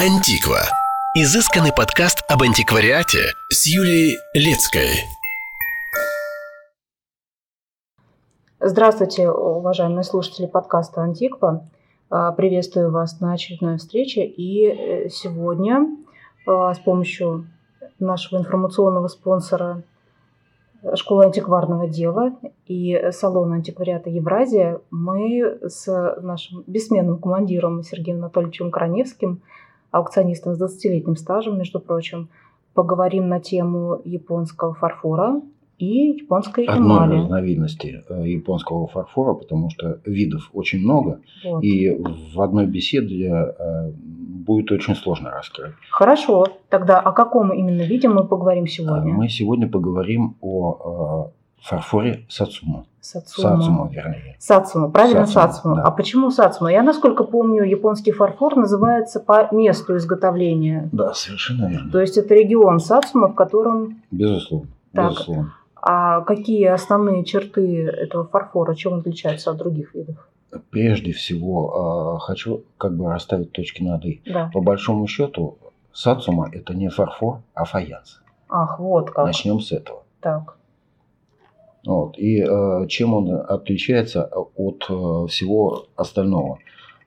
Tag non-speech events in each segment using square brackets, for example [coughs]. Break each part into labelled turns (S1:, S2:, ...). S1: Антиква. Изысканный подкаст об антиквариате с Юлией Лецкой.
S2: Здравствуйте, уважаемые слушатели подкаста «Антиква». А, Приветствую вас на очередной встрече. И э, сегодня а, с помощью нашего информационного спонсора Школы антикварного дела и салона антиквариата Евразия мы с нашим бессменным командиром Сергеем Анатольевичем Краневским, аукционистом с 20-летним стажем, между прочим, поговорим на тему японского фарфора и японской
S3: одной
S2: эмали.
S3: разновидности э, японского фарфора, потому что видов очень много,
S2: Вот.
S3: и в одной беседе э, будет очень сложно раскрыть.
S2: Хорошо, тогда о каком именно виде мы поговорим
S3: А
S2: сегодня?
S3: Мы сегодня поговорим о э, фарфоре Сацумо.
S2: Сацума.
S3: Сацумо, вернее.
S2: Сацума, правильно
S3: Сацума,
S2: Сацума.
S3: да.
S2: А почему Сацума? Я, насколько помню, японский фарфор называется по месту изготовления.
S3: Да, совершенно верно.
S2: То есть это регион Сацума, в котором...
S3: Безусловно.
S2: Так.
S3: Безусловно.
S2: А какие основные черты этого фарфора? Чем он отличается от других видов?
S3: Прежде всего, э, хочу как бы расставить точки над «и».
S2: Да.
S3: По большому счету, Сацума – это не фарфор, а фаянс.
S2: Ах, вот как.
S3: Начнем с этого.
S2: Так.
S3: Вот. И э, чем он отличается от э, всего остального?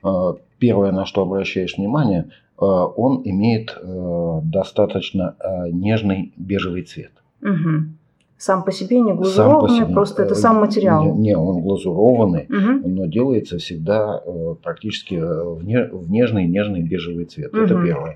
S3: Э, первое, на что обращаешь внимание, э, он имеет э, достаточно э, нежный бежевый цвет.
S2: Мгм. Сам по себе не
S3: Сам по
S2: глазурованный,
S3: себе,
S2: просто
S3: э,
S2: это сам материал.
S3: Не, не, он глазурованный,
S2: Мгм.
S3: но делается всегда э, практически э, в, не- в нежный, нежный бежевый цвет. Это
S2: Мгм.
S3: первое.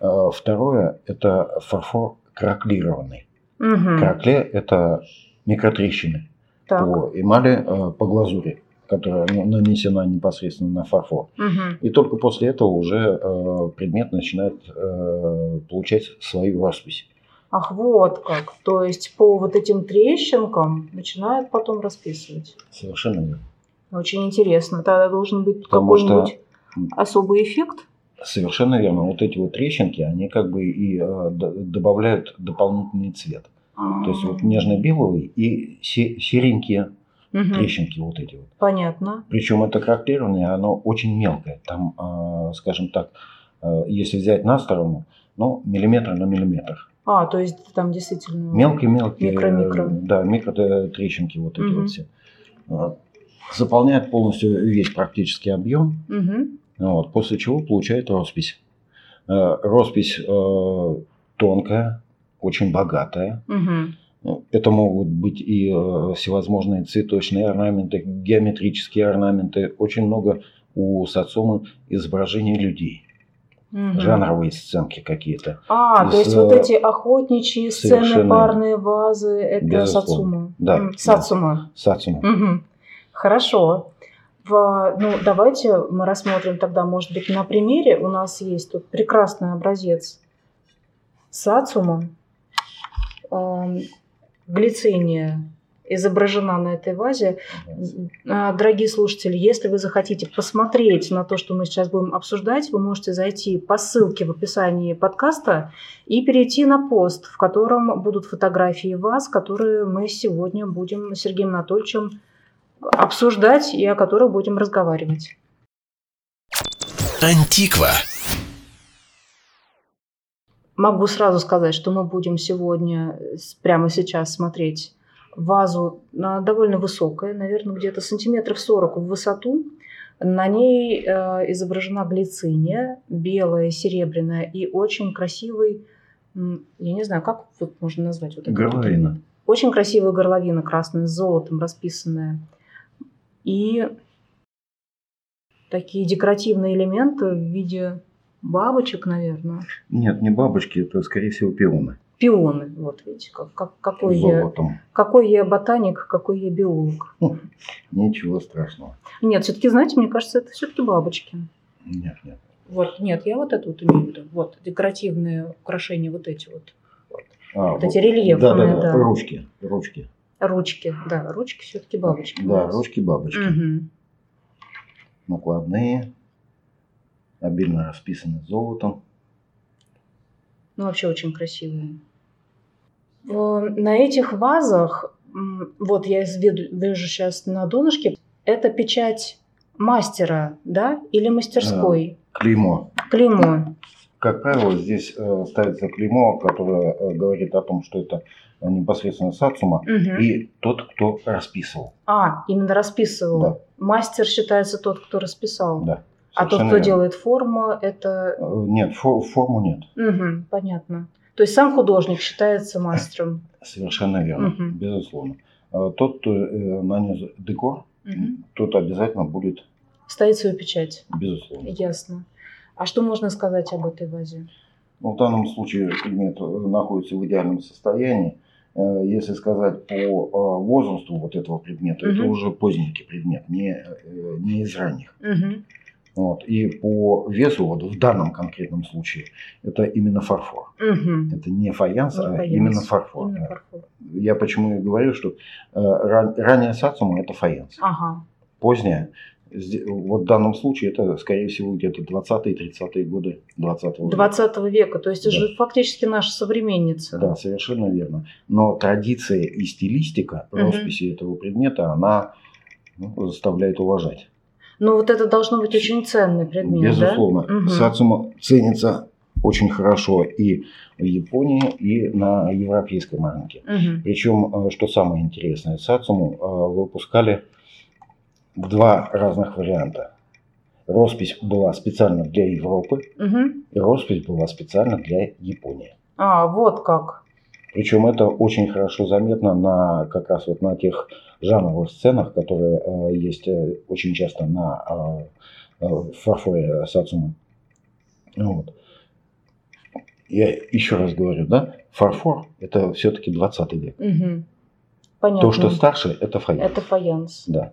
S3: Э, второе, это фарфор краклированный.
S2: Мгм.
S3: Кракле – это микротрещины.
S2: Так.
S3: по эмали, э, по глазури, которая ну, нанесена непосредственно на фарфор.
S2: Мгм.
S3: И только после этого уже э, предмет начинает э, получать свою роспись.
S2: Ах, вот как. То есть по вот этим трещинкам начинают потом расписывать.
S3: Совершенно верно.
S2: Очень интересно. Тогда должен быть
S3: Потому что-
S2: какой-нибудь особый эффект.
S3: Совершенно верно. Вот эти вот трещинки, они как бы и э, д- добавляют дополнительный цвет. То есть вот нежно-белый и се- серенькие
S2: Мгм.
S3: трещинки вот эти вот.
S2: Понятно.
S3: Причем это крактированное, оно очень мелкое. Там, э, скажем так, э, если взять на сторону, ну, миллиметр на миллиметр.
S2: А, то есть там действительно...
S3: Мелкие-мелкие.
S2: Микро-микро.
S3: э, Да, микротрещинки вот эти
S2: Мгм.
S3: вот все. Вот. Заполняет полностью весь практически объем,
S2: Мгм.
S3: вот, после чего получает роспись. Э, Роспись э, тонкая, очень богатая.
S2: Мгм.
S3: Ну, Это могут быть и э, всевозможные цветочные орнаменты, геометрические орнаменты. Очень много у Сацумы изображений людей,
S2: Мгм.
S3: жанровые сценки какие-то.
S2: А, то
S3: Из,
S2: есть вот
S3: э,
S2: эти охотничьи сцены,
S3: совершенно
S2: парные вазы, это
S3: Безусловно.
S2: сацума.
S3: Да,
S2: М,
S3: да.
S2: Сацума.
S3: Сацума.
S2: Мгм. Хорошо. В- ну, давайте мы рассмотрим тогда, может быть, на примере. У нас есть тут прекрасный образец сацума. Эм, Глициния изображена на этой вазе. А, Дорогие слушатели, если вы захотите посмотреть на то, что мы сейчас будем обсуждать, вы можете зайти по ссылке в описании подкаста и перейти на пост, в котором будут фотографии вас, которые мы сегодня будем с Сергеем Анатольевичем обсуждать и о которых будем разговаривать.
S1: Антиква.
S2: Могу сразу сказать, что мы будем сегодня, э, с- прямо сейчас смотреть вазу а, довольно высокая, наверное, где-то сантиметров 40 в высоту. На ней э, изображена глициния, белая, серебряная и очень красивый, м, я не знаю, как вот можно назвать вот это?
S3: Горловина.
S2: Очень красивая горловина красная с золотом расписанная. И такие декоративные элементы в виде бабочек, наверное.
S3: Нет, не бабочки, это, скорее всего, пионы.
S2: пионы. Вот видите, как, как- какой,
S3: С
S2: я,
S3: золотом.
S2: какой я ботаник, какой я биолог.
S3: Ничего страшного.
S2: Нет, все-таки, знаете, мне кажется, это все-таки бабочки.
S3: Нет, нет.
S2: Вот, нет, я вот это вот имею в виду. Вот, декоративные украшения, вот эти вот.
S3: А,
S2: Вот эти рельефные,
S3: да, да,
S2: да.
S3: да. Ручки, ручки.
S2: Ручки, да, ручки все-таки бабочки.
S3: Да, ручки бабочки.
S2: Мгм.
S3: Накладные. Обильно расписаны золотом.
S2: Ну, вообще очень красивые. В- На этих вазах, м, вот я из- вид- вижу сейчас на донышке, это печать мастера, да, или мастерской,
S3: Клеймо.
S2: клеймо.
S3: как правило, здесь э, ставится клеймо, которое э, говорит о том, что это э, непосредственно сацума
S2: Мгм.
S3: и тот, кто расписывал.
S2: А, именно расписывал.
S3: Да.
S2: Мастер считается тот, кто расписал.
S3: Да.
S2: а тот,
S3: Совершенно
S2: кто
S3: верно.
S2: делает форму, это...
S3: Э, Нет, фо- форму нет.
S2: Мгм, понятно. То есть сам художник считается мастером.
S3: Совершенно верно,
S2: Мгм.
S3: безусловно. Э, Тот, кто э, нанес декор,
S2: [coughs] Мгм.
S3: тот обязательно будет,
S2: Ставит свою печать.
S3: безусловно.
S2: Ясно. А что можно сказать об этой вазе?
S3: Ну, в данном случае предмет э, находится в идеальном состоянии. Э, Если сказать по э, возрасту вот этого предмета, это
S2: Мгм.
S3: уже поздненький предмет, не, э, не из ранних.
S2: Мгм.
S3: Вот. И по весу, вот в данном конкретном случае, это именно фарфор.
S2: Мгм.
S3: Это не фаянс,
S2: Не
S3: а
S2: фаянс.
S3: именно фарфор.
S2: Именно
S3: да.
S2: фарфор.
S3: Я почему и говорю, что э, ран- ранняя сацума это фаянс.
S2: Ага.
S3: Поздняя, зде- вот в данном случае это, скорее всего, где-то 20-30-е годы 20 века.
S2: 20 века. То есть это же фактически наша современница.
S3: Да, совершенно верно. Но традиция и стилистика
S2: Мгм.
S3: росписи этого предмета, она ну, заставляет уважать.
S2: Но вот это должно быть очень ценный предмет,
S3: Безусловно,
S2: да? Мгм.
S3: сацума ценится очень хорошо и в Японии, и на европейском рынке.
S2: Мгм.
S3: Причем, э, что самое интересное, Сацуму э, выпускали в два разных варианта. Роспись была специально для Европы,
S2: Мгм.
S3: и роспись была специально для Японии.
S2: А, вот как.
S3: Причем это очень хорошо заметно на как раз вот на тех жанровых сценах, которые э, есть э, очень часто на э, э, фарфоре Сацумы. Вот. Я еще раз говорю, да, фарфор это все-таки 20 век.
S2: Мгм. Понятно.
S3: То, что старше, это фаянс.
S2: Это фаянс.
S3: Да.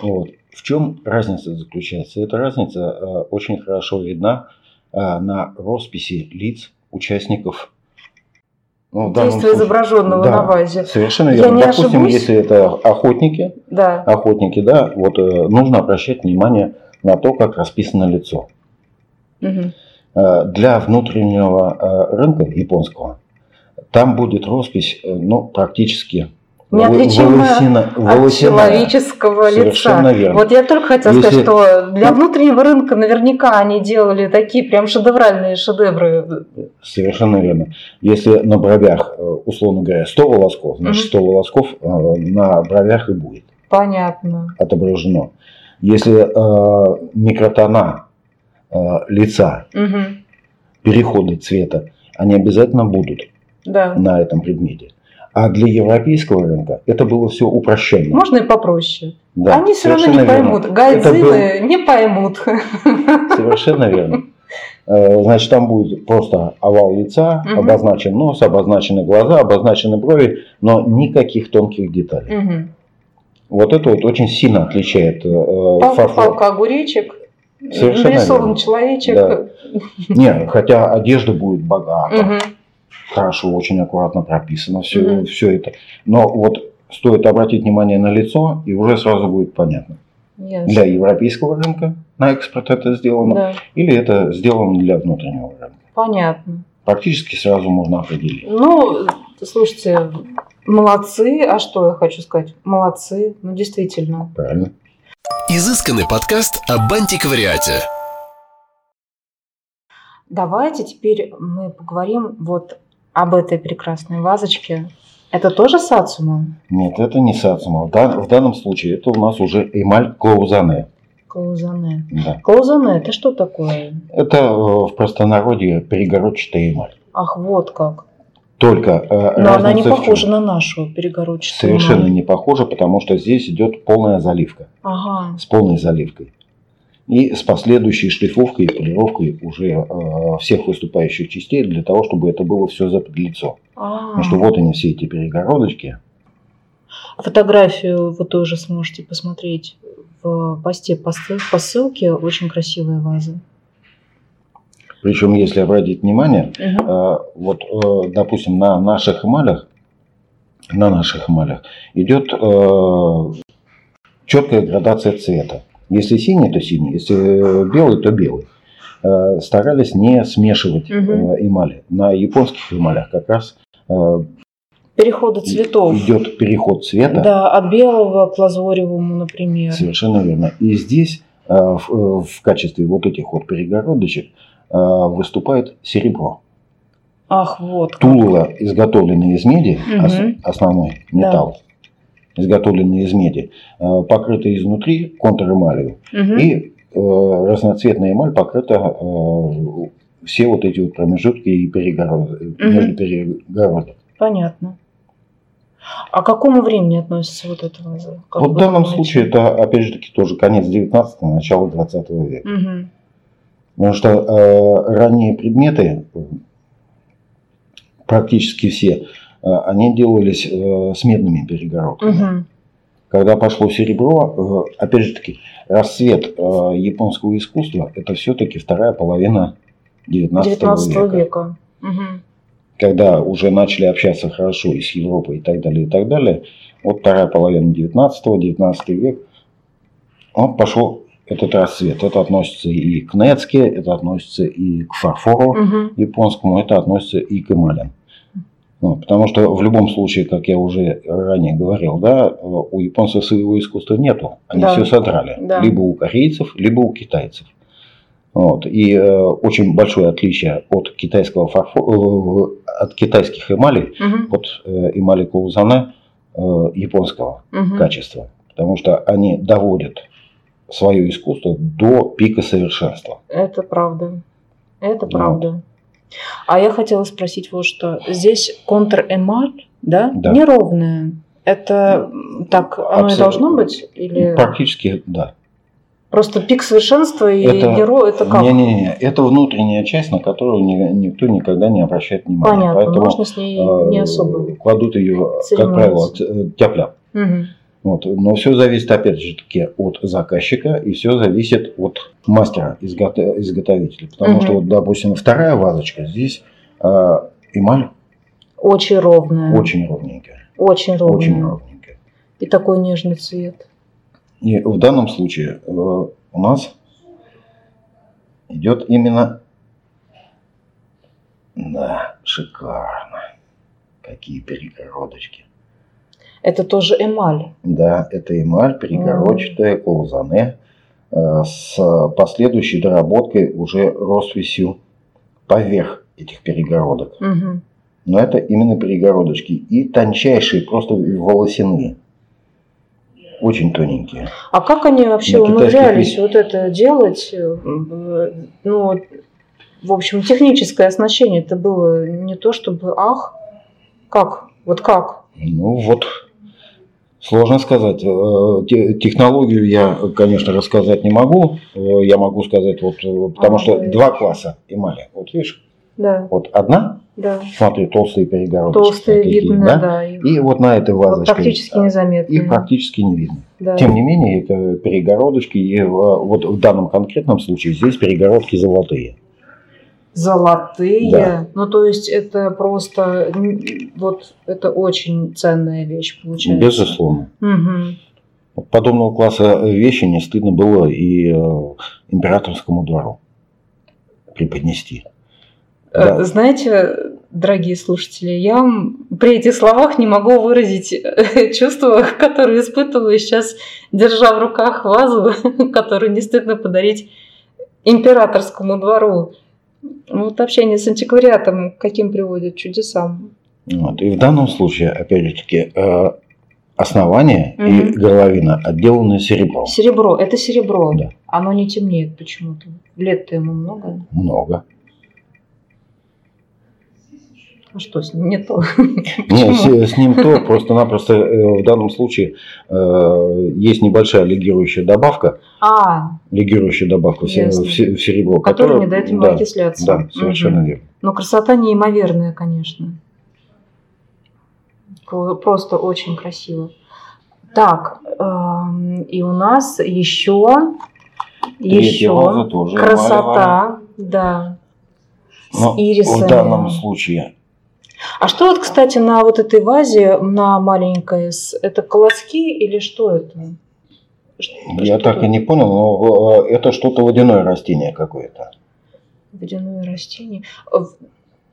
S3: Вот. В чем разница заключается? Эта разница э, очень хорошо видна э, на росписи лиц участников. ну, в данном
S2: Действие
S3: случае-
S2: изображенного
S3: Да,
S2: на вазе.
S3: Совершенно
S2: Я
S3: верно.
S2: не
S3: Допустим,
S2: ошибусь?
S3: если это охотники,
S2: Да.
S3: охотники, да, вот э, нужно обращать внимание на то, как расписано лицо.
S2: Мгм.
S3: Э, Для внутреннего э, рынка японского там будет роспись, э, ну, практически волы-
S2: Неотличимая
S3: волосина-
S2: От
S3: волосяная.
S2: человеческого
S3: Совершенно
S2: лица.
S3: верно.
S2: Вот я только хотела сказать,
S3: Если- Ну.
S2: что для внутреннего рынка наверняка они делали такие прям шедевральные шедевры.
S3: Совершенно верно. Если на бровях, э, условно говоря, 100 волосков, значит
S2: Мгм.
S3: 100 волосков э, на бровях и будет
S2: Понятно.
S3: отображено. Если э, микротона э, лица,
S2: Мгм.
S3: переходы цвета, они обязательно будут
S2: Да.
S3: на этом предмете. А для европейского рынка это было все упрощенно.
S2: Можно и попроще.
S3: Да,
S2: они все равно не
S3: совершенно верно.
S2: поймут.
S3: Это был-
S2: Гайдзилы не поймут.
S3: Совершенно верно. Э, Значит, там будет просто овал лица,
S2: Мгм.
S3: обозначен нос, обозначены глаза, обозначены брови, но никаких тонких деталей.
S2: Мгм.
S3: Вот это вот очень сильно отличает э,
S2: Пал-
S3: фарфор.
S2: Палка огуречек.
S3: Совершенно
S2: Нарисован
S3: верно.
S2: человечек.
S3: Да. Не, хотя одежда будет богата,
S2: Мгм.
S3: хорошо, очень аккуратно прописано все,
S2: Мгм.
S3: все это. Но вот стоит обратить внимание на лицо, и уже сразу будет понятно.
S2: Ясно.
S3: Для европейского рынка на экспорт это сделано,
S2: Да.
S3: или это сделано для внутреннего рынка.
S2: Понятно.
S3: Практически сразу можно определить.
S2: Ну, слушайте, молодцы. А что я хочу сказать? Молодцы. Ну, действительно.
S3: Правильно?
S1: Изысканный подкаст об антиквариате.
S2: Давайте теперь мы поговорим вот об этой прекрасной вазочке. Это тоже сацума?
S3: Нет, это не сацума. В, дан- в данном случае это у нас уже эмаль клаузане.
S2: Клаузане.
S3: Да.
S2: Клаузане, это что такое?
S3: Это э, в простонародье перегородчатая эмаль.
S2: Ах, вот как.
S3: Только э,
S2: Но она не
S3: разница в чем?
S2: похожа на нашу перегородчатую.
S3: Совершенно
S2: маму.
S3: не похожа, потому что здесь идет полная заливка,
S2: Ага.
S3: с полной заливкой. И с последующей шлифовкой и полировкой уже э, всех выступающих частей для того, чтобы это было все за лицо.
S2: А.
S3: Потому что вот они все эти перегородочки.
S2: Фотографию вы тоже сможете посмотреть в посте по ссыл- по ссылке. Очень красивая ваза.
S3: Причем, если обратить внимание,
S2: Мгм.
S3: э, вот, э, допустим, на наших эмалях, на наших эмалях идет э, четкая градация цвета. Если синий, то синий, если э, белый, то белый. Э, Старались не смешивать э,
S2: Мгм.
S3: эмали. На японских эмалях как раз э,
S2: Переходы цветов.
S3: идет переход цвета.
S2: Да, от белого к лазоревому, например.
S3: Совершенно верно. И здесь э, в, э, в качестве вот этих вот перегородочек э, выступает серебро.
S2: Ах, вот. как.
S3: Тулово изготовленное из меди, ос-
S2: Мгм.
S3: основной
S2: Да.
S3: металл, изготовленное из меди, э, покрыто изнутри контр-эмалью.
S2: Мгм.
S3: И э, разноцветная эмаль покрыта э, все вот эти вот промежутки и перегороды. между перегородок.
S2: Понятно. А к какому времени относится вот это? лазо? Как
S3: Вот в
S2: вы
S3: данном
S2: думаете?
S3: случае это, опять же таки, тоже конец 19-го, начало 20 века.
S2: Мгм.
S3: Потому что э, ранние предметы, э, практически все, э, они делались э, с медными перегородками.
S2: Мгм.
S3: Когда пошло серебро, э, опять же таки, расцвет э, японского искусства – это все-таки вторая половина 19,
S2: 19
S3: века,
S2: века. Мгм.
S3: Когда уже начали общаться хорошо и с Европой и так далее, и так далее. Вот вторая половина 19 19 век, вот пошел этот расцвет. Это относится и к нецке, это относится и к фарфору
S2: Мгм.
S3: японскому, это относится и к эмалям. Ну, потому что в любом случае, как я уже ранее говорил, да, э, у японцев своего искусства нету. Они
S2: Да.
S3: все содрали.
S2: Да.
S3: Либо у корейцев, либо у китайцев. Вот. И э, очень большое отличие от китайского фарфора, от китайских эмалей,
S2: Мгм.
S3: от э, эмали каузана э, японского
S2: Мгм.
S3: качества. Потому что они доводят свое искусство до пика совершенства.
S2: Это правда. Это
S3: Да.
S2: правда. А я хотела спросить вот что. Здесь контр-эмаль, да?
S3: Да. Ну,
S2: Неровная. Это м, так оно и
S3: Абсолютно.
S2: должно быть? Или
S3: Практически, да.
S2: просто пик совершенства и
S3: Это-
S2: герой? Это как?
S3: Не-не-не, это внутренняя часть, на которую ни- никто никогда не обращает внимания.
S2: Понятно.
S3: Поэтому
S2: Можно с ней
S3: э,
S2: не особо.
S3: кладут ее, как
S2: церемониться.
S3: правило, т- э, тяп-ляп.
S2: Мгм.
S3: Вот. Но все зависит, опять же, таки, от заказчика и все зависит от мастера, изгото- изготовителя. Потому
S2: Мгм.
S3: что, вот, допустим, вторая вазочка здесь э, эмаль
S2: Очень ровная.
S3: очень ровненькая.
S2: Очень ровная.
S3: Очень ровненькая.
S2: И такой нежный цвет.
S3: И в данном случае э, у нас идет именно... Да, шикарно. Какие перегородочки.
S2: Это тоже эмаль.
S3: Да, это эмаль перегородчатая, каузане, э, с последующей доработкой уже росписью поверх этих перегородок.
S2: Мгм.
S3: Но это именно перегородочки. И тончайшие, просто волосяные. Очень тоненькие.
S2: А как они вообще
S3: На китайских
S2: умудрялись
S3: есть.
S2: вот это делать? М, э, Ну, в общем, техническое оснащение это было не то чтобы ах, как? Вот как?
S3: Ну вот, сложно сказать. Э, те- Технологию я, конечно, рассказать не могу. Э, Я могу сказать, вот, э, потому
S2: А,
S3: что
S2: да.
S3: два класса эмали. Вот видишь,
S2: Да,
S3: вот одна,
S2: да.
S3: смотри, толстые перегородки.
S2: Толстые, видно, да. и
S3: И вот на этой
S2: вот
S3: вазочке.
S2: практически
S3: э,
S2: незаметные.
S3: и практически не видно.
S2: да.
S3: Тем не менее, это перегородочки, и э, вот в данном конкретном случае здесь перегородки золотые.
S2: Золотые.
S3: Да.
S2: Ну, то есть это просто м, вот это очень ценная вещь получается.
S3: Безусловно.
S2: Мгм.
S3: Подобного класса вещи не стыдно было и э, императорскому двору преподнести.
S2: Э,
S3: Да.
S2: Знаете, дорогие слушатели, я м, при этих словах не могу выразить э, [laughs] чувства, которые испытываю сейчас, держа в руках вазу, [laughs] которую не стыдно подарить императорскому двору. Вот общение с антиквариатом к каким приводит чудесам.
S3: Вот. И в данном случае, опять же таки, э, основание и
S2: Мгм.
S3: горловина отделаны серебром.
S2: Серебро, это серебро,
S3: Да.
S2: оно не темнеет почему-то. Лет-то ему много.
S3: Много.
S2: А что с ним? Не то. [laughs]
S3: Нет, с, с ним то, просто-напросто э, в данном случае э, есть небольшая лигирующая добавка,
S2: А,
S3: лигирующая добавка в, се-
S2: Ясно.
S3: в се- в серебро,
S2: который не дает ему
S3: да,
S2: окисляться.
S3: да, совершенно
S2: Мгм.
S3: верно.
S2: Но красота неимоверная, конечно. Про- Просто очень красиво. Так, эм, и у нас еще,
S3: Третья ваза
S2: еще
S3: тоже овалевая.
S2: красота, да, с
S3: Но
S2: ирисами.
S3: В данном случае
S2: А что вот, кстати, на вот этой вазе, на маленькой, с- это колоски или что это? Ш-
S3: Я
S2: что
S3: так и
S2: это?
S3: не понял, но э, это что-то водяное растение какое-то.
S2: Водяное растение. Э, В-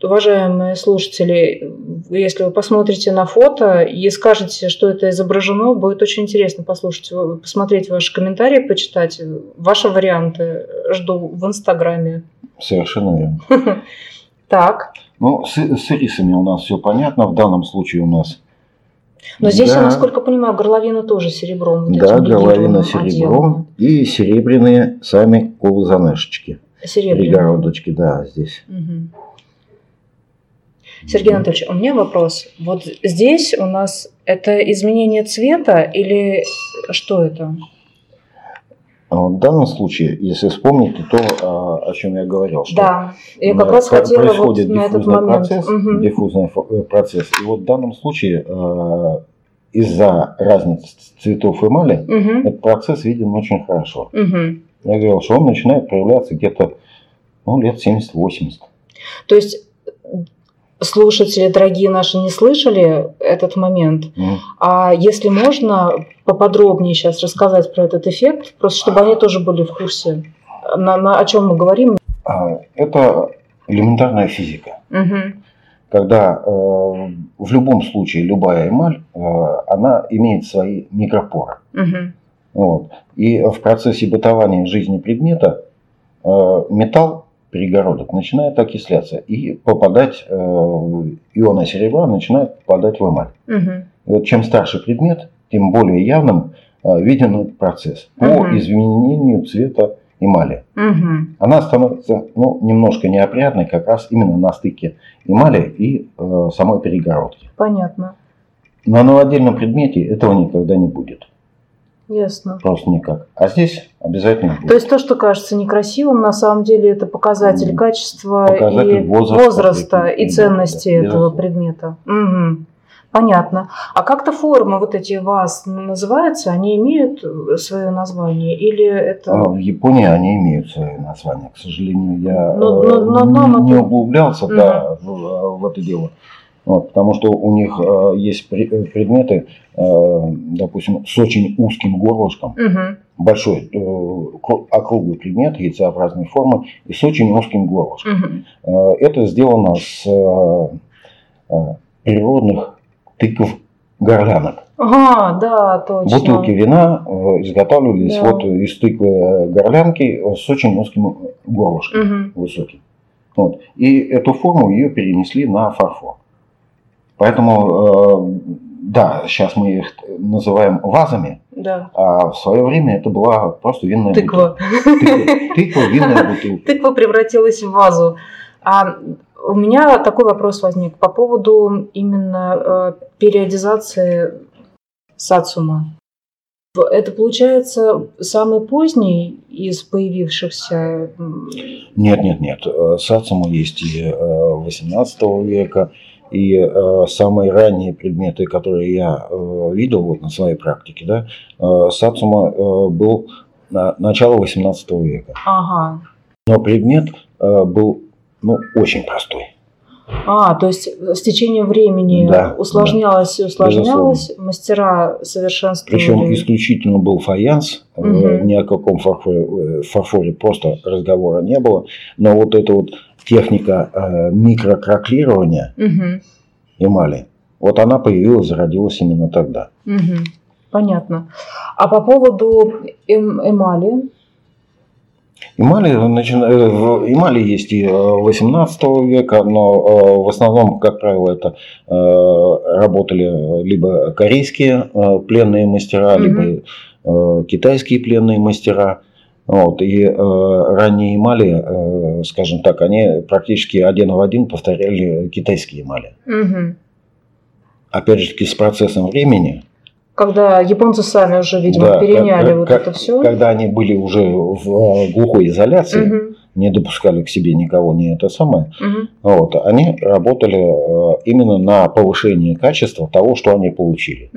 S2: Уважаемые слушатели, если вы посмотрите на фото и скажете, что это изображено, будет очень интересно послушать, э, ва- посмотреть ваши комментарии, почитать. Ваши варианты жду в э, Инстаграме.
S3: Совершенно верно.
S2: Так.
S3: Ну, с, с ирисами у нас все понятно. В данном случае у нас...
S2: Но здесь, я
S3: Да.
S2: насколько понимаю, горловина тоже серебром. вот
S3: Да,
S2: этим
S3: горловина
S2: легированным
S3: серебром
S2: отделана.
S3: и серебряные сами кулзанешечки.
S2: Серебряным.
S3: Пригородочки, да, здесь.
S2: Мгм. Сергей Анатольевич, у меня вопрос. Вот здесь у нас это изменение цвета или что это?
S3: А В данном случае, если вспомните то, а, о чем я говорил, что
S2: Да, я как
S3: Да,
S2: раз
S3: про-
S2: хотела вот
S3: происходит
S2: на этот
S3: диффузный
S2: момент.
S3: Процесс,
S2: Мгм.
S3: Диффузный фо- э, процесс. И вот в данном случае э, из-за разницы ц- цветов эмали
S2: Мгм.
S3: этот процесс виден очень хорошо.
S2: Мгм.
S3: Я говорил, что он начинает проявляться где-то ну, лет 70-80.
S2: То есть слушатели, дорогие наши, не слышали этот момент,
S3: М.
S2: А если можно поподробнее сейчас рассказать про этот эффект, просто чтобы они тоже были в курсе, на, на- о чем мы говорим.
S3: А, Это элементарная физика.
S2: Мгм.
S3: Когда э, в любом случае любая эмаль, э, она имеет свои микропоры.
S2: Мгм.
S3: Вот. И в процессе бытования жизни предмета э, металл перегородок начинает окисляться и попадать, э, ионы серебра начинают попадать в эмаль.
S2: Мгм.
S3: И вот чем старше предмет, тем более явным э, виден этот процесс по
S2: Мгм.
S3: изменению цвета эмали.
S2: Мгм.
S3: Она становится ну, немножко неопрятной как раз именно на стыке эмали и э, самой перегородки.
S2: Понятно,
S3: Но на отдельном предмете этого никогда не будет.
S2: ясно.
S3: Просто никак. А здесь обязательно будет.
S2: То есть то, что кажется некрасивым, на самом деле это показатель
S3: Мгм.
S2: качества
S3: Показатель
S2: и
S3: возраста
S2: возраста
S3: предмета,
S2: и ценности
S3: да,
S2: этого
S3: безусловно.
S2: предмета. Мгм. Понятно. А как-то формы вот эти вас называются, они имеют э, свое название или это...
S3: А В Японии они имеют свое название. К сожалению, я
S2: Но-
S3: э,
S2: но- но нам
S3: не
S2: это-
S3: углублялся да, в, в это дело. Вот, потому что у них э, есть пре- э, предметы, э, допустим, с очень узким горлышком,
S2: Мгм.
S3: большой э, кру- округлый предмет яйцеобразной формы и с очень узким горлышком.
S2: Мгм.
S3: Э, Это сделано с э, э, природных тыков горлянок.
S2: Ага, А, да, точно.
S3: Бутылки вина э, изготавливались
S2: Да.
S3: вот из тыквы э, горлянки э, с очень узким горлышком,
S2: Мгм.
S3: высоким. Вот. И эту форму ее перенесли на фарфор. Поэтому, э, да, сейчас мы их называем вазами,
S2: Да.
S3: а в свое время это была просто винная
S2: Тыква.
S3: бутылка. Тыква, тыква винная
S2: [laughs]
S3: бутылка.
S2: Тыква превратилась в вазу. А у меня такой вопрос возник по поводу именно э, периодизации сацума. В- Это получается самый поздний из появившихся. м,
S3: Нет, нет, нет. э, Сацуму есть и э, 18 века, и э, самые ранние предметы, которые я э, видел вот на своей практике, да, э, сацума э, был на- начало 18 века.
S2: Ага.
S3: Но предмет э, был ну, очень простой.
S2: А, то есть с течением времени
S3: Да,
S2: усложнялось и усложнялось, мастера совершенствовали.
S3: Причем исключительно был фаянс, э,
S2: Мгм.
S3: ни о каком фарфоре, э, фарфоре просто разговора не было. Но вот эта вот техника э, микрокраклирования,
S2: Мгм.
S3: эмали. Вот она появилась, зародилась именно тогда.
S2: Мгм. Понятно. А по поводу эм- эмали?
S3: Эмали, начина- э, в- эмали есть и э, 18 века, но э, в основном, как правило, это э, работали либо корейские э, пленные мастера,
S2: Мгм.
S3: либо э, китайские пленные мастера. Вот, и э, ранние эмали, э, скажем так, они практически один в один повторяли китайские эмали.
S2: Мгм.
S3: Опять же таки, с процессом времени,
S2: Когда японцы сами уже, видимо,
S3: Да,
S2: переняли
S3: как-
S2: вот
S3: как-
S2: это все.
S3: Когда они были уже в э, глухой изоляции, не допускали к себе никого, не это самое, вот, они работали э, именно на повышение качества того, что они получили.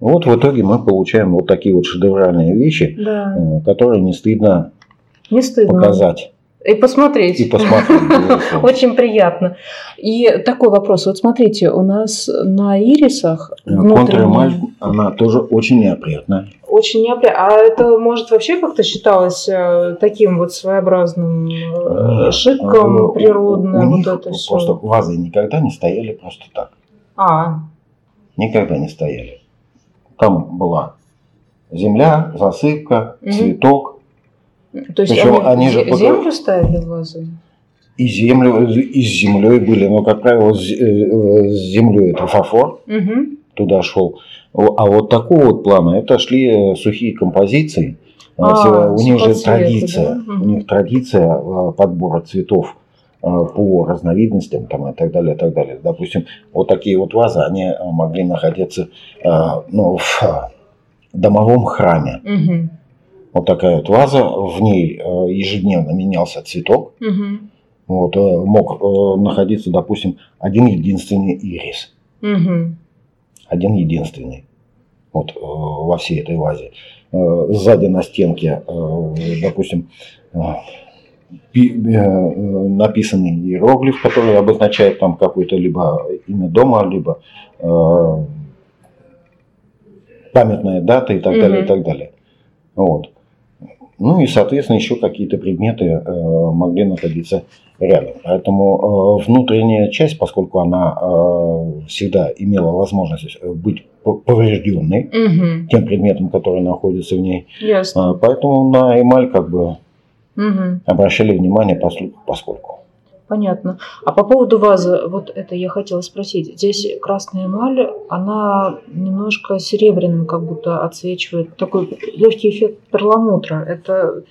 S3: Вот в итоге мы получаем вот такие вот шедевральные вещи,
S2: Да.
S3: э, которые не стыдно
S2: Не стыдно.
S3: показать
S2: И посмотреть.
S3: и посмотреть.
S2: [laughs]
S3: безусловно.
S2: Очень приятно. И такой вопрос. Вот смотрите, у нас на ирисах
S3: Э, Контремаль,
S2: внутренне
S3: она тоже очень неопрятная.
S2: очень неопря... А это, может, вообще как-то считалось э, таким вот своеобразным э,
S3: Э,
S2: шиком
S3: у-
S2: природным?
S3: у
S2: вот
S3: них
S2: это все.
S3: Просто вазы никогда не стояли просто так.
S2: А,
S3: никогда не стояли. Там была земля, засыпка,
S2: Мгм.
S3: цветок,
S2: То есть
S3: Причём
S2: они,
S3: они же
S2: зе-
S3: потом-
S2: землю ставили в вазу?
S3: И, землю, и с землей были, но, как правило, с зе- э, с землей это фарфор
S2: Мгм.
S3: туда шел. О- А вот такого вот плана это шли э, сухие композиции. А,
S2: А,
S3: всё- у них
S2: по
S3: же
S2: цвету,
S3: традиция,
S2: да?
S3: у
S2: Мгм.
S3: них традиция э, подбора цветов э, по разновидностям там, и так далее, и так далее. Допустим, вот такие вот вазы, они э, могли находиться э, ну, в э, домовом храме.
S2: Мгм.
S3: Вот такая вот ваза, в ней э, ежедневно менялся цветок.
S2: Мгм.
S3: Вот, э, мог э, находиться, допустим, один единственный ирис.
S2: Мгм.
S3: один единственный вот, э, во всей этой вазе. Э, Сзади на стенке, э, допустим, э, пи- э, э, написанный иероглиф, который обозначает там какое-то либо имя дома, либо э, памятная дата и так далее, и
S2: Мгм.
S3: так далее. Вот. Ну и, соответственно, еще какие-то предметы э, могли находиться рядом. Поэтому э, внутренняя часть, поскольку она э, всегда имела возможность э, быть по- поврежденной
S2: Мгм.
S3: тем предметом, который находится в ней, э,
S2: Ясно.
S3: поэтому на эмаль как бы
S2: Мгм.
S3: обращали внимание посл- поскольку.
S2: Понятно. А по поводу вазы, вот это я хотела спросить. Здесь красная эмаль, она немножко серебряным как будто отсвечивает. Такой легкий эффект перламутра. Это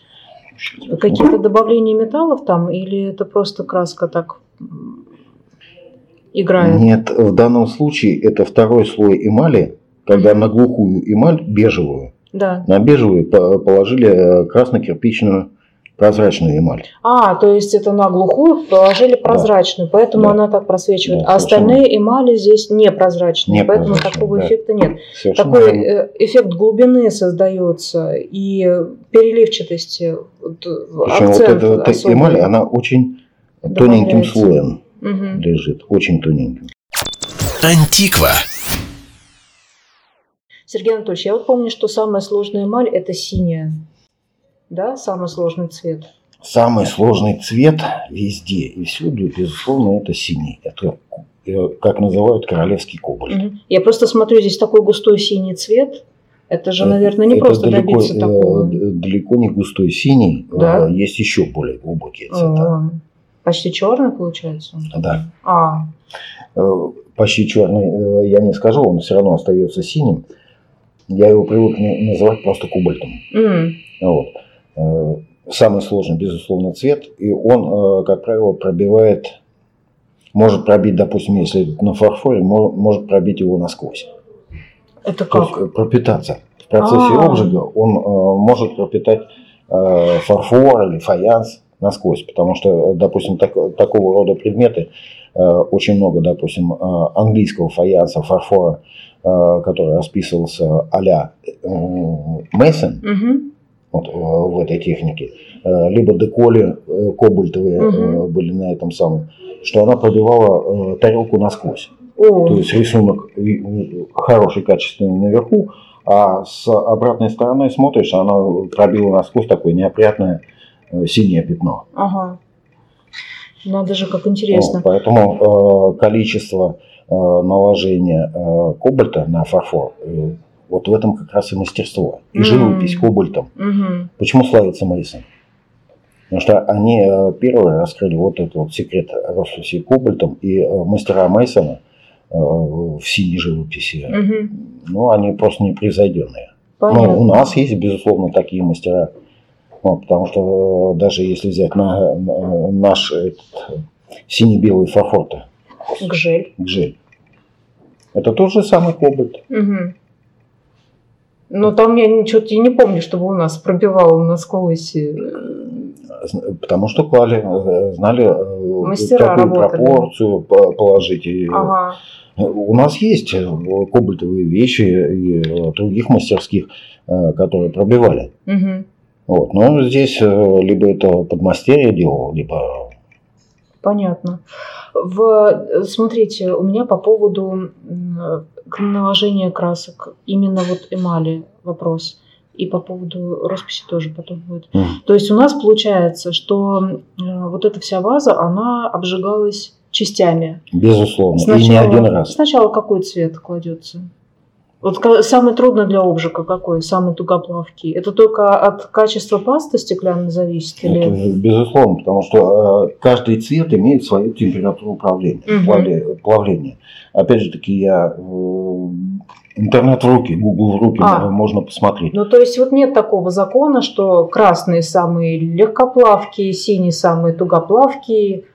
S2: какие-то добавления металлов там или это просто краска так м, играет?
S3: Нет, в данном случае это второй слой эмали, когда на глухую эмаль бежевую,
S2: Да.
S3: на бежевую по- положили э, красно-кирпичную прозрачную эмаль.
S2: А, то есть это на глухую положили прозрачную, поэтому
S3: Да.
S2: она так просвечивает.
S3: Да,
S2: а
S3: совершенно.
S2: остальные эмали здесь непрозрачные, поэтому
S3: Непрозрачную,
S2: такого
S3: да.
S2: эффекта нет.
S3: Совершенно
S2: Такой
S3: верно.
S2: э, эффект глубины создается и переливчатости, вот, э,
S3: Причем ну вот
S2: акцент
S3: эта вот
S2: особый.
S3: эмаль, а? она очень тоненьким
S2: Добавляется.
S3: слоем
S2: Мгм.
S3: лежит, очень тоненьким.
S1: Антиква.
S2: Сергей Анатольевич, я вот помню, что самая сложная эмаль – это синяя. Да, самый сложный цвет.
S3: Самый сложный цвет везде и всюду, безусловно, это синий. Это, э, как называют, королевский кобальт.
S2: Мгм. Я просто смотрю, здесь такой густой синий цвет. Это же, наверное, Ну, не
S3: Это
S2: просто
S3: далеко,
S2: добиться
S3: э,
S2: такого.
S3: д- далеко не густой синий,
S2: Да.
S3: Э, есть еще более глубокие цвета.
S2: О, А, Почти черный получается.
S3: Да.
S2: А,
S3: Э, Почти черный, э, я не скажу, он все равно остается синим. Я его привык на- называть просто кобальтом.
S2: м,
S3: Вот. Э, Самый сложный, безусловно, цвет. И он, э, как правило, пробивает, может пробить, допустим, если на фарфоре, мо- может пробить его насквозь.
S2: это
S3: То есть
S2: как?
S3: э, пропитаться. В процессе
S2: А.
S3: обжига он э, может пропитать э, фарфор или фаянс насквозь, потому что, э, допустим, так- такого рода предметы э, очень много, допустим, э, английского фаянса, фарфора, э, который расписывался а-ля э, Мейсон,
S2: Мгм.
S3: вот, э, в этой технике, Э, либо деколи э, кобальтовые э,
S2: Мгм.
S3: были на этом самом, что она пробивала э, тарелку насквозь.
S2: О,
S3: То есть рисунок ви- ви- хороший, качественный наверху, а с обратной стороны смотришь, она пробила насквозь такое неопрятное э, синее пятно.
S2: ага. Надо же, как
S3: Вот,
S2: интересно.
S3: поэтому э, количество э, наложения э, кобальта на фарфор, э, вот в этом как раз и мастерство. И
S2: М.
S3: живопись кобальтом.
S2: Мгм.
S3: Почему славится Мейсон? Потому что они э, первые раскрыли вот этот вот секрет Росуси кобальтом, и э, мастера Мейсона э, в синей живописи,
S2: Мгм.
S3: ну, они просто непревзойденные.
S2: Понятно.
S3: Ну, у нас есть, безусловно, такие мастера, Ну, потому что э, даже если взять на, на- наш этот, э, сине-белый фарфор-то,
S2: Гжель.
S3: гжель, это тот же самый кобальт.
S2: Мгм. Но Ну, там я что-то не помню, чтобы у нас пробивало насквозь. э,
S3: Зн- Потому что клали, э, знали, э,
S2: Мастера
S3: какую
S2: работали. А,
S3: пропорцию по- положить. И, э,
S2: Ага.
S3: У нас есть э, кобальтовые вещи и э, других мастерских, э, которые пробивали.
S2: Мгм.
S3: Вот. Но здесь э, либо это подмастерье делал, либо...
S2: Понятно. В, э, смотрите, у меня по поводу м, к- наложения красок, именно вот эмали вопрос. И по поводу росписи тоже потом будет.
S3: Мгм.
S2: То есть у нас получается, что э, вот эта вся ваза, она обжигалась частями.
S3: Безусловно. И не один раз.
S2: сначала какой цвет кладется? Вот ка- самое трудное для обжига какое, самые тугоплавкие? Это только от качества пасты стеклянной зависит?
S3: Ну, то
S2: Или...
S3: есть, безусловно, потому что э, каждый цвет имеет свою температуру плавления.
S2: Мгм.
S3: плавле- плавления. Опять же таки, я э, интернет в руки, Google в руки,
S2: А.
S3: э, можно посмотреть.
S2: Ну, то есть вот нет такого закона, что красные самые легкоплавкие, синие самые тугоплавкие.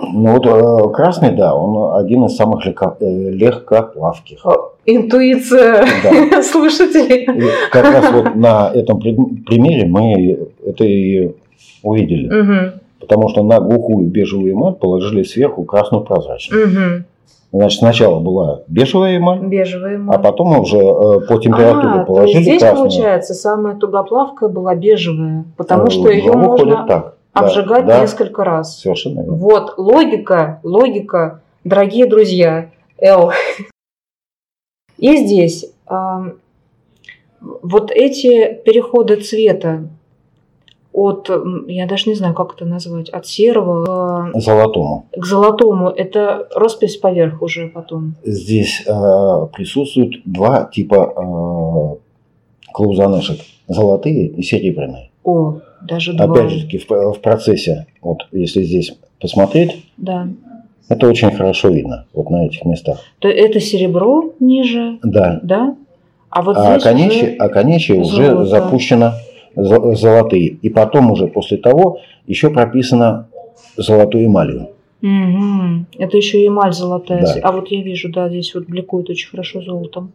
S3: Ну вот э, красный, да, он один из самых легко- э, легкоплавких.
S2: О, Интуиция [laughs]
S3: Да.
S2: слушателей.
S3: И как раз вот на этом при- примере мы это и увидели.
S2: Мгм,
S3: Потому что на глухую бежевую эмаль положили сверху красную прозрачную.
S2: мгм.
S3: Значит, сначала была бежевая эмаль,
S2: Бежевые
S3: а
S2: мы.
S3: потом уже э, по температуре
S2: А, то есть
S3: положили
S2: здесь,
S3: красную.
S2: получается, самая тугоплавкая была бежевая, потому
S3: Э,
S2: что
S3: ну,
S2: ее
S3: выходит
S2: можно
S3: так. Да,
S2: обжигать
S3: да,
S2: несколько раз.
S3: Совершенно верно.
S2: Вот логика, логика, дорогие друзья, Л. И здесь а, вот эти переходы цвета от, м, я даже не знаю, как это назвать, от серого э,
S3: Золотому.
S2: к золотому, это роспись поверх уже потом.
S3: Здесь э, присутствуют два типа э, клоузанышек. Золотые и серебряные.
S2: О, даже два.
S3: Опять же таки в, в процессе, вот если здесь посмотреть,
S2: Да.
S3: это очень хорошо видно вот на этих местах.
S2: То это серебро ниже,
S3: Да.
S2: да? А вот
S3: А
S2: здесь уже-
S3: конечи, а конечи уже
S2: золото.
S3: запущено зо- золотые. И потом уже после того еще прописано золотой эмалью.
S2: Мгм. Это еще и эмаль золотая.
S3: Да.
S2: А вот я вижу, да, здесь вот бликует очень хорошо золотом.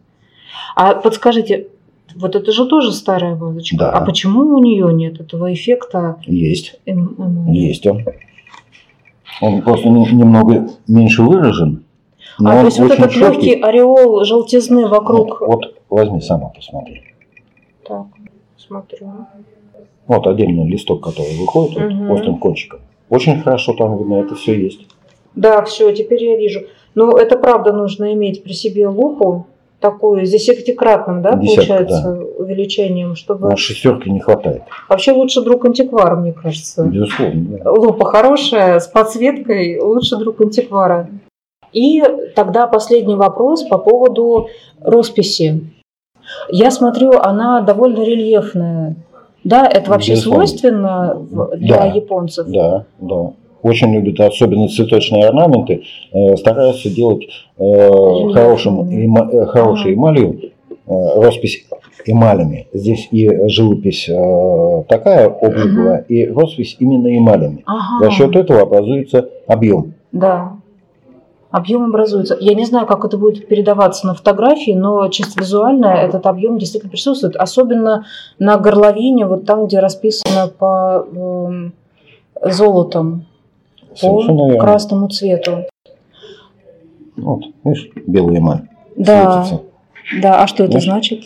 S2: А подскажите, вот это же тоже старая вазочка.
S3: Да.
S2: А почему у нее нет этого эффекта
S3: Есть.
S2: эм- эмали?
S3: Есть он. Он просто не- немного меньше выражен. но
S2: А то
S3: он
S2: есть вот
S3: очень
S2: этот
S3: четкий.
S2: легкий ореол желтизны
S3: Вот,
S2: вокруг.
S3: вот возьми сама посмотри.
S2: Так, смотрю.
S3: Вот отдельный листок, который выходит вот,
S2: Мгм.
S3: острым кончиком. Очень хорошо там видно, это все есть.
S2: Да, все, теперь я вижу. Ну, это правда нужно иметь при себе лупу такую, с десятикратным, да,
S3: Десятка,
S2: получается, увеличением, чтобы...
S3: Но шестерки не хватает.
S2: Вообще лучше друг антиквара, мне кажется.
S3: Безусловно. да.
S2: лупа хорошая, с подсветкой, лучше друг антиквара. И тогда последний вопрос по поводу росписи. Я смотрю, она довольно рельефная. Да, это вообще
S3: Безусловно.
S2: свойственно в- для
S3: Да.
S2: японцев.
S3: Да, да. Очень любят, особенно цветочные орнаменты, э, стараются делать э, хорошим, эма- э, хорошей эмалью, э, роспись эмалями. Здесь и живопись э, такая обжиговая, и роспись именно эмалями.
S2: Ага.
S3: За счет этого образуется объем.
S2: Да. Объем образуется. Я не знаю, как это будет передаваться на фотографии, но чисто визуально этот объем действительно присутствует. Особенно на горловине, вот там, где расписано по эм, золотом,
S3: Совершенно
S2: по
S3: верно.
S2: красному цвету.
S3: Вот, видишь, белая эмаль
S2: Да,
S3: светится.
S2: да. А что это
S3: Знаешь?
S2: значит?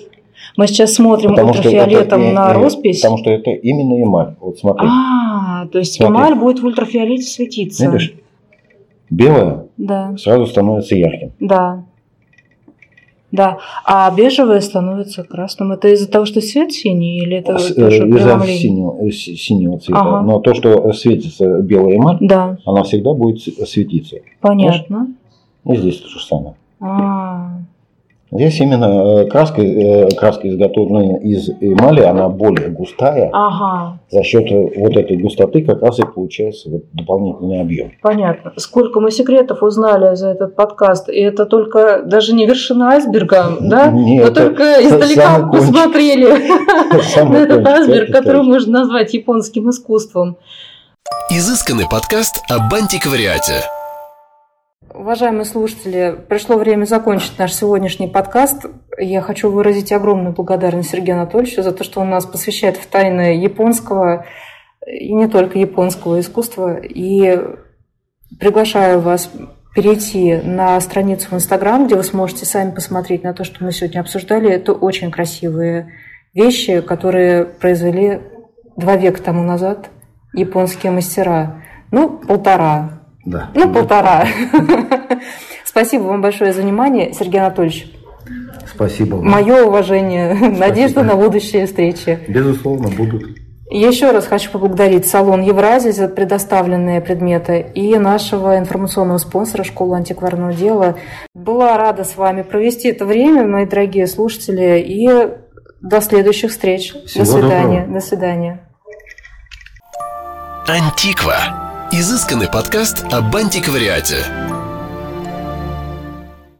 S2: Мы сейчас смотрим ультрафиолетом
S3: это и-
S2: на
S3: и-
S2: роспись.
S3: Потому что это именно эмаль. Вот смотри,
S2: А, то есть
S3: Смотри.
S2: эмаль будет в ультрафиолете светиться.
S3: видишь, белая
S2: Да,
S3: сразу становится ярким.
S2: да. Да, а бежевое становится красным. Это из-за того, что свет синий или это
S3: С- э,
S2: тоже
S3: из-за
S2: преломление?
S3: синего, э, си- синего цвета.
S2: Ага.
S3: Но то, что светится белая эмаль,
S2: Да,
S3: она всегда будет с- светиться.
S2: понятно.
S3: И здесь то же самое.
S2: А,
S3: Здесь именно э, краска, э, краска изготовленная из эмали, она более густая.
S2: А. ага,
S3: За счет э, вот этой густоты как раз и получается вот
S2: [laughs]
S3: дополнительный объем.
S2: понятно. Сколько мы секретов узнали за этот подкаст. И это только даже не вершина айсберга, да?
S3: Не,
S2: Но
S3: это
S2: только
S3: с-
S2: издалека
S3: самый кончик.
S2: посмотрели. [laughs]
S3: Самый
S2: на этот
S3: кончик,
S2: айсберг,
S3: это
S2: который
S3: точно.
S2: можно назвать японским искусством.
S1: Изысканный подкаст об антиквариате.
S2: Уважаемые слушатели, пришло время закончить наш сегодняшний подкаст. Я хочу выразить огромную благодарность Сергею Анатольевичу за то, что он нас посвящает в тайны японского и не только японского искусства. И приглашаю вас перейти на страницу в Инстаграм, где вы сможете сами посмотреть на то, что мы сегодня обсуждали. Это очень красивые вещи, которые произвели два века тому назад японские мастера. Ну, полтора,
S3: Да.
S2: ну, полтора. [laughs] Спасибо вам большое за внимание, Сергей Анатольевич.
S3: Спасибо. вам.
S2: Мое уважение, надежда на будущие встречи.
S3: Безусловно, будут.
S2: Я еще раз хочу поблагодарить салон Евразия за предоставленные предметы и нашего информационного спонсора школы антикварного дела. Была рада с вами провести это время, мои дорогие слушатели, и до следующих встреч.
S3: Всего
S2: до свидания.
S3: доброго.
S2: До свидания.
S1: Антиква. Изысканный подкаст об антиквариате.